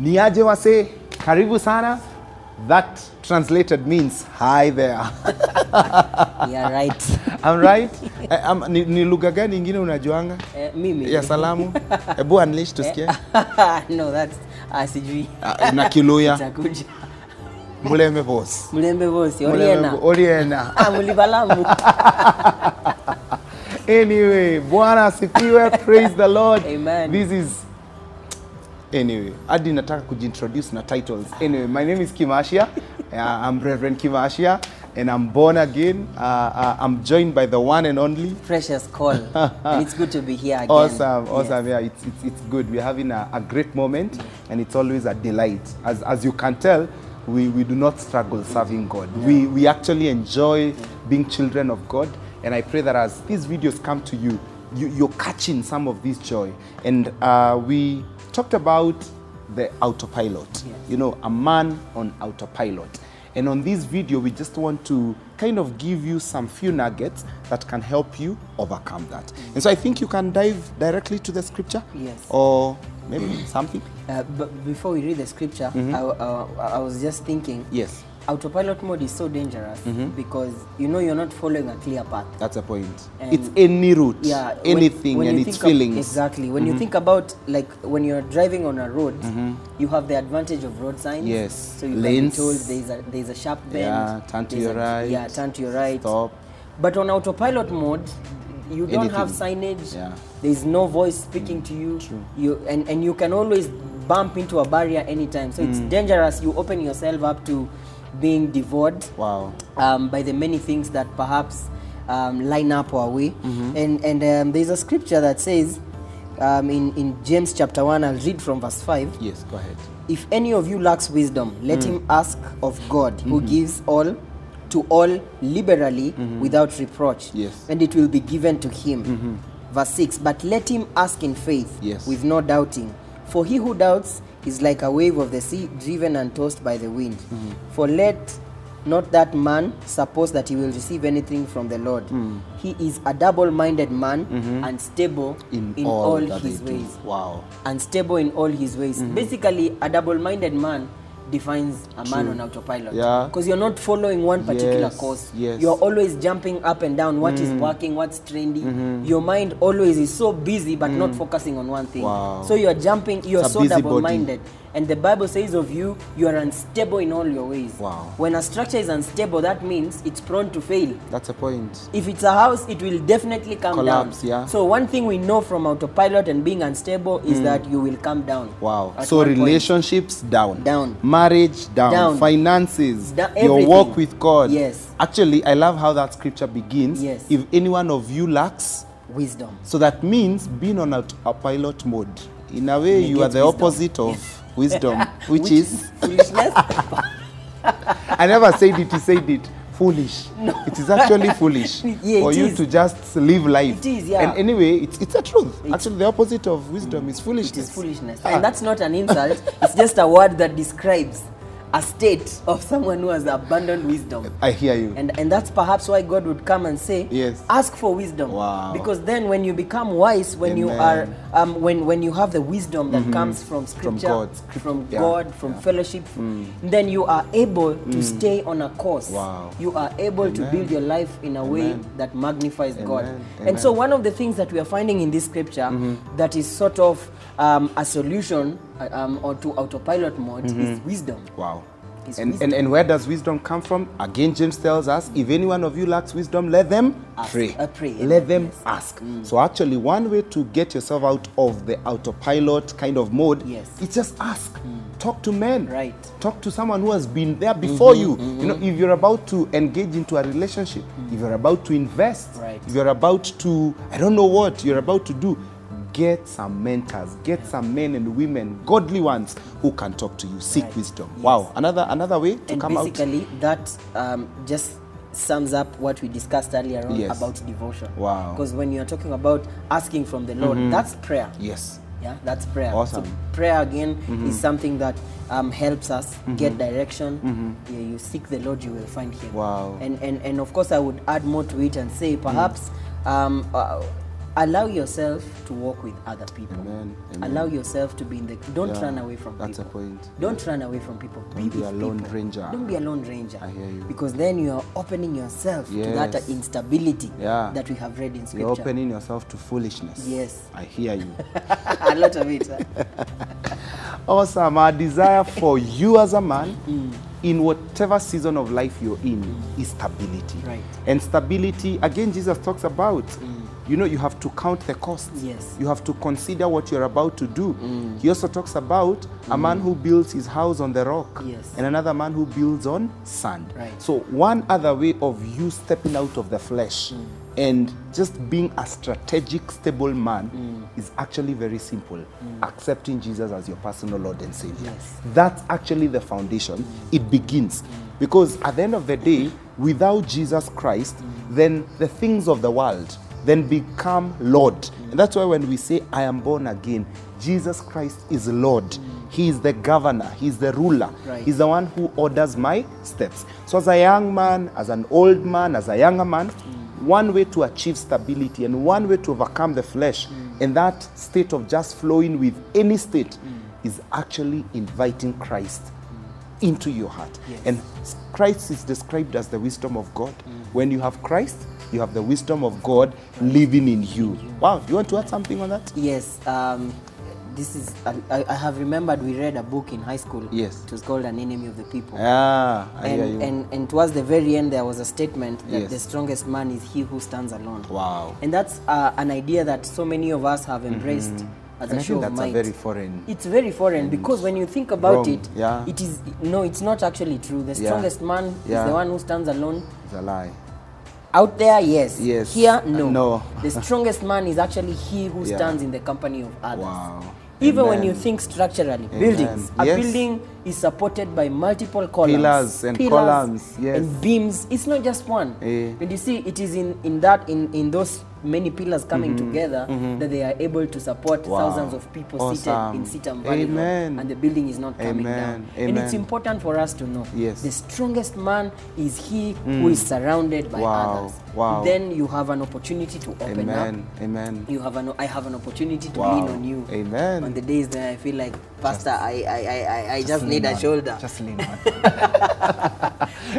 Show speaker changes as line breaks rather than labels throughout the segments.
ni aje wase karibu sana that translated means hi there
Yeah, right.
I'm right Eh, am- ni, ni lugha gani ingine unajuanga
Eh, mimi
ya salamu ebu unleash tusikie
Eh. no, that's uh, sijui
Ah, na kiluya
takuja
muleme boss
mlembe vosi
Muleme
oriena
bo- oriena
Ah, mulibalamu
anyway bwana asifiwe praise the lord
Amen.
this is anyway hadi nataka kujiintroduce na titles anyway my name is kimashia uh, i'm reverend kimashia and i'm born again uh, uh, i'm joined by the one and only
precious call and it's good to be here again
Awesome,
Yes.
awesome. Yeah, it's, it's, it's good. We're having a, a great moment, and it's always a delight. As, as you can tell, we, we do not struggle serving God. We, we actually enjoy being children of God, and I pray that as these videos come to you, you you're catching some of this joy. And uh, we talked about the autopilot, you know, a man on autopilot. And on this video, we just want to kind of give you some few nuggets that can help you overcome that. And so I think you can dive directly to the scripture.
Yes.
Or maybe something.
Uh, but before we read the scripture,
Mm-hmm.
I, uh, I, I was just thinking.
Yes.
Autopilot mode is so dangerous
Mm-hmm.
because you know you're not following a clear path.
That's a point.
And-
it's any route,
Yeah. when-
anything,
when
and
you
its
think ab-
feelings. Mm-hmm.
exactly. When you think about like when you're driving on a road, you have the advantage of road signs.
Yes.
So you can
Lanes.
be told there's a there's a sharp bend.
Yeah, turn to
there's
your
a- Yeah.
right,
Turn to your right.
stop.
But on autopilot mode, you don't have
Anything.
signage.
Yeah.
There's no voice speaking to you. True. You and, and you can always bump into a barrier anytime. So it's
Mm.
dangerous. You open yourself up to being devoured
Wow.
um, by the many things that perhaps um, line up our way. And, and um, there's a scripture that says um, in, in James chapter 1, I'll read from verse 5
Yes, go ahead.
If any of you lacks wisdom, let
Mm.
him ask of God, who
Mm-hmm.
gives all to all liberally without reproach,
Yes. Mm-hmm.
and it will be given to him. Verse 6 But let him ask in faith,
Yes.
with no doubting. For he who doubts is like a wave of the sea driven and tossed by the wind.
Mm-hmm.
For let not that man suppose that he will receive anything from the Lord.
Mm.
He is a double minded man, unstable
Mm-hmm. In,
in,
all,
all,
that
his
they do.
ways.
Wow.
Unstable in all his ways.
Mhm.
Basically, a double minded man defines a man on autopilot.
Yeah.
Because you're not following one particular
Yes,
course.
yes. Mm.
You're always jumping up and down What is working, what's trendy.
Mm-hmm.
Your mind always is so busy but not focusing on one thing.
Mm. Wow.
So you're jumping, you're
It's a
so
busybody.
double minded. And the Bible says of you, you are unstable in all your ways.
Wow.
When a structure is unstable, that means it's prone to fail
That's a point.
if it's a house it will definitely come
Collapse,
down
yeah. Hmm.
so one thing we know from autopilot and being unstable is that you will come down
Wow.
at
so
one point.
relationships down.
Down.
Marriage down.
Down.
Finances.
Da-
your
everything.
walk with God.
Yes.
Actually, I love how that scripture begins.
Yes.
If any one of you lacks,
wisdom
so that means being on a, a pilot mode. In a way, you are
Negates
the
wisdom.
opposite of wisdom, which, is
foolishness
I never said it. He said it. Foolish. It is actually foolish
Yeah,
for
it
you
is.
to just live life.
It is, yeah.
And anyway, it's, it's a truth. actually, the opposite of wisdom is
it
foolishness.
is foolishness
Ah.
and that's not an insult it's just a word that describes a state of someone who has abandoned wisdom
I hear you.
and and that's perhaps why god would come and say
Mm. Yes.
ask for wisdom
Wow.
because then when you become wise when you are
Amen. Mm-hmm.
um, when when you have the wisdom that comes from
From
scripture
God.
from
Yeah.
God, from
Yeah. Mm.
fellowship then you are able to stay on a course
Wow.
you are able to
Amen.
build your life in a way that magnifies god
Amen. Mm-hmm.
and so
Amen.
one of the things that we are finding in this scripture that is sort of um, a solution uh, um, or to autopilot mode
Mm-hmm.
is wisdom
Wow.
It's
And, and, and where does wisdom come from? Again, James tells us if any one of you lacks wisdom, let them
Ask.
pray.
Uh, pray, Mm. yeah.
Let them ask. So, actually, one way to get yourself out of the autopilot kind of mode
Yes. Mm.
is just ask. Talk to men.
Right.
Talk to someone who has been there before
Mm-hmm,
you. You know, if you're about to engage into a relationship, if you're about to invest,
Mm-hmm. Right.
if you're about to, I don't know what you're about to do, get some mentors, get some men and women, godly ones who can talk to you. Seek
Right.
wisdom. Wow, another another way to
and
come out.
basically that um, just sums up what we discussed earlier on
Yes.
about devotion
Wow. Mm-hmm.
because when you're talking about asking from the lord that's prayer
Yes.
yeah that's prayer
Awesome. Mm-hmm.
so prayer again is something that um, helps us get direction yeah, you seek the lord you will find him
Mm-hmm. Wow. Mm-hmm.
and and and of course i would add more to it and say perhaps um, uh, allow yourself to walk with other people.
Amen, amen.
Allow yourself to be in the. Don't
Yeah,
run away from
that's a
people.
point.
Don't run away from people.
Don't be
with
a lone
people.
ranger.
Don't be a lone ranger.
I hear you.
Because then you are opening yourself to that
Yes.
instability
Yeah.
that we have read in scripture.
You're opening yourself to foolishness.
Yes.
I hear you.
a lot of it.
awesome. Our desire for you as a man,
Mm.
in whatever season of life you're in, is stability.
Right. Mm.
And stability, again, Jesus talks about. You know, you have to count the costs.
Yes. Mm.
You have to consider what you're about to do. He also talks about a man who builds his house on the rock
Yes.
and another man who builds on sand.
Right.
So, one other way of you stepping out of the flesh and just being a strategic, stable man is actually very simple accepting Jesus as your personal Lord and Savior.
Yes.
That's actually the foundation. It begins. Because at the end of the day, without Jesus Christ, then the things of the world then become Lord. And that's why when we say, I am born again, Jesus Christ is Lord. He is the governor, He is the ruler,
Right.
He's the one who orders my steps. So, as a young man, as an old man, as a younger man,
Mm.
one way to achieve stability and one way to overcome the flesh
Mm.
and that state of just flowing with any state
Mm.
is actually inviting Christ into your heart.
Yes.
And s- Christ is described as the wisdom of God.
Mm.
When you have Christ, you have the wisdom of God living in you. Wow, do you want to add something on that?
yes. Um, this is. I, I- I have remembered we read a book in high school.
Yes.
It was called An Enemy of the People.
Ah, I hear you.
and, and and towards the very end there was a statement that
Yes.
the strongest man is he who stands alone
Wow.
and that's uh, an idea that so many of us have embraced as
Mm-hmm. And
a
I
show
think that's
of
a
might
very foreign.
it's very foreign because when you think about
wrong,
it
yeah.
it is no it's not actually true the
Yeah.
strongest man
Yeah.
is the one who stands alone
It's a lie.
out there yes
Yes.
here no
No.
the strongest man is actually he who
Yeah.
stands in the company of others
Wow.
even when you
Amen.
think structurally buildings a
Yes.
building is supported by multiple columns
Pillars and columns, yes.
and beams it's not just one
Eh.
and you see it is in in that in in those many pillars coming together that they are able to support
Mm-hmm. Wow.
thousands of people seated
Awesome.
in Sitam Valley Road,
Amen.
and the building is not coming down
Amen.
and it's
Amen.
important for us to know
Yes. Mm.
the strongest man is he who is surrounded by
Wow.
others
Wow.
then you have an opportunity to open
Amen. Amen.
up you have an i have an opportunity to
Wow.
lean on you
Amen.
on the days that i feel like pastor I, I i i i just, need
lean
a
on.
shoulder
Just lean on.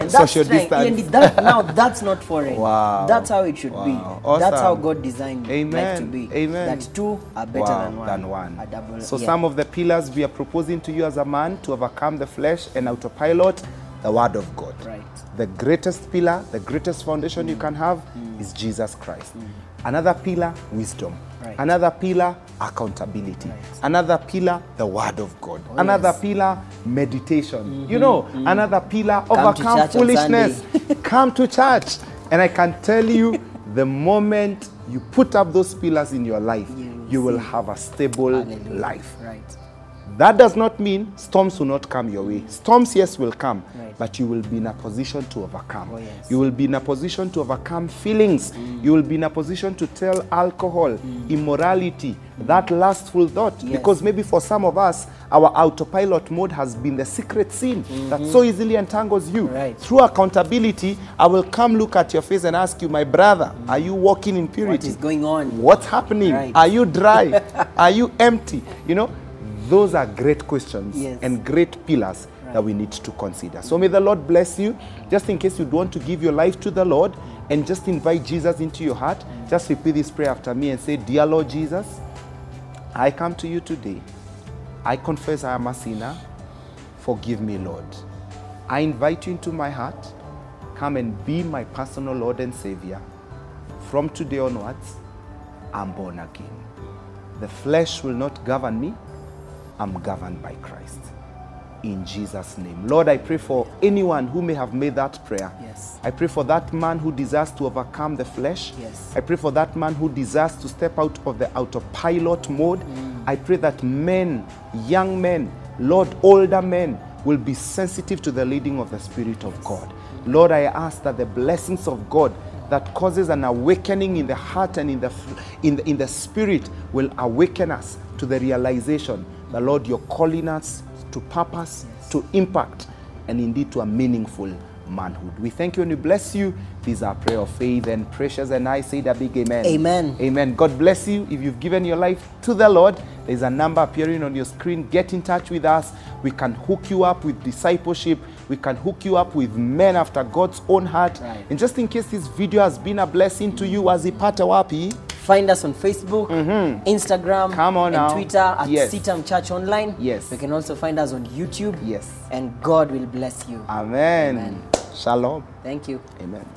and
Social
strength.
distance.
And that, now that's not foreign
Wow.
that's how it should be
Wow.
that's how
Awesome.
god designed life to
Amen.
be
Amen.
that two are better
Wow,
than one A double,
so
yeah.
some of the pillars we are proposing to you as a man to overcome the flesh and autopilot, the word of God.
Right. Mm.
The greatest pillar, the greatest foundation you can have is Jesus Christ. Another pillar, wisdom.
Right.
Another pillar, accountability. Another pillar, the word of God.
Oh,
another
yes. Mm-hmm.
pillar, meditation. You know, another pillar, overcome
church on
foolishness.
Sunday.
come to church and i can tell you the moment you put up those pillars in your life
You
you,
will
will have a stable
Hallelujah.
life
right
that does not mean storms will not come your way storms yes will come
Right.
but you will be in a position to overcome
Oh, yes. Mm.
you will be in a position to overcome feelings you will be in a position to tell alcohol immorality that lustful thought
Yes.
because maybe for some of us our autopilot mode has been the secret sin that so easily entangles you
Mm-hmm. Right.
through accountability, I will come look at your face and ask you, my brother, are you walking in
Mm. what
purity?
is going on
What's happening?
Right.
Are you dry? are you empty? You know, those are great questions
Yes.
and great pillars that
Right.
we need to consider. So may the Lord bless you. Just in case you want to give your life to the Lord and just invite Jesus into your heart, just repeat this prayer after me and say, Dear Lord Jesus, I come to you today. I confess I am a sinner. Forgive me, Lord. I invite you into my heart. Come and be my personal Lord and Savior. From today onwards, I'm born again. The flesh will not govern me. I'm governed by Christ. In Jesus' name. Lord, I pray for anyone who may have made that prayer.
Yes.
I pray for that man who desires to overcome the flesh.
Yes.
I pray for that man who desires to step out of the autopilot mode. I pray that men, young men, Lord, older men will be sensitive to the leading of the Spirit of God. Lord, I ask that the blessings of God that causes an awakening in the heart and in the, f- in the, in the spirit will awaken us to the realization that, Lord, you're calling us to purpose, to impact, and indeed to a meaningful manhood. We thank you and we bless you. This is our prayer of faith and precious and I say that big amen.
Amen.
Amen. God bless you. If you've given your life to the Lord, there's a number appearing on your screen. Get in touch with us. We can hook you up with discipleship. We can hook you up with men after God's own heart.
Right.
And just in case this video has been a blessing to you, wazipata wapi?
Find us on Facebook, Instagram,
Mm-hmm. Come on
and
now.
Twitter at
Yes.
Sitam Church Online.
Yes.
You can also find us on YouTube.
Yes.
And God will bless you.
Amen.
Amen.
Shalom.
Thank you.
Amen.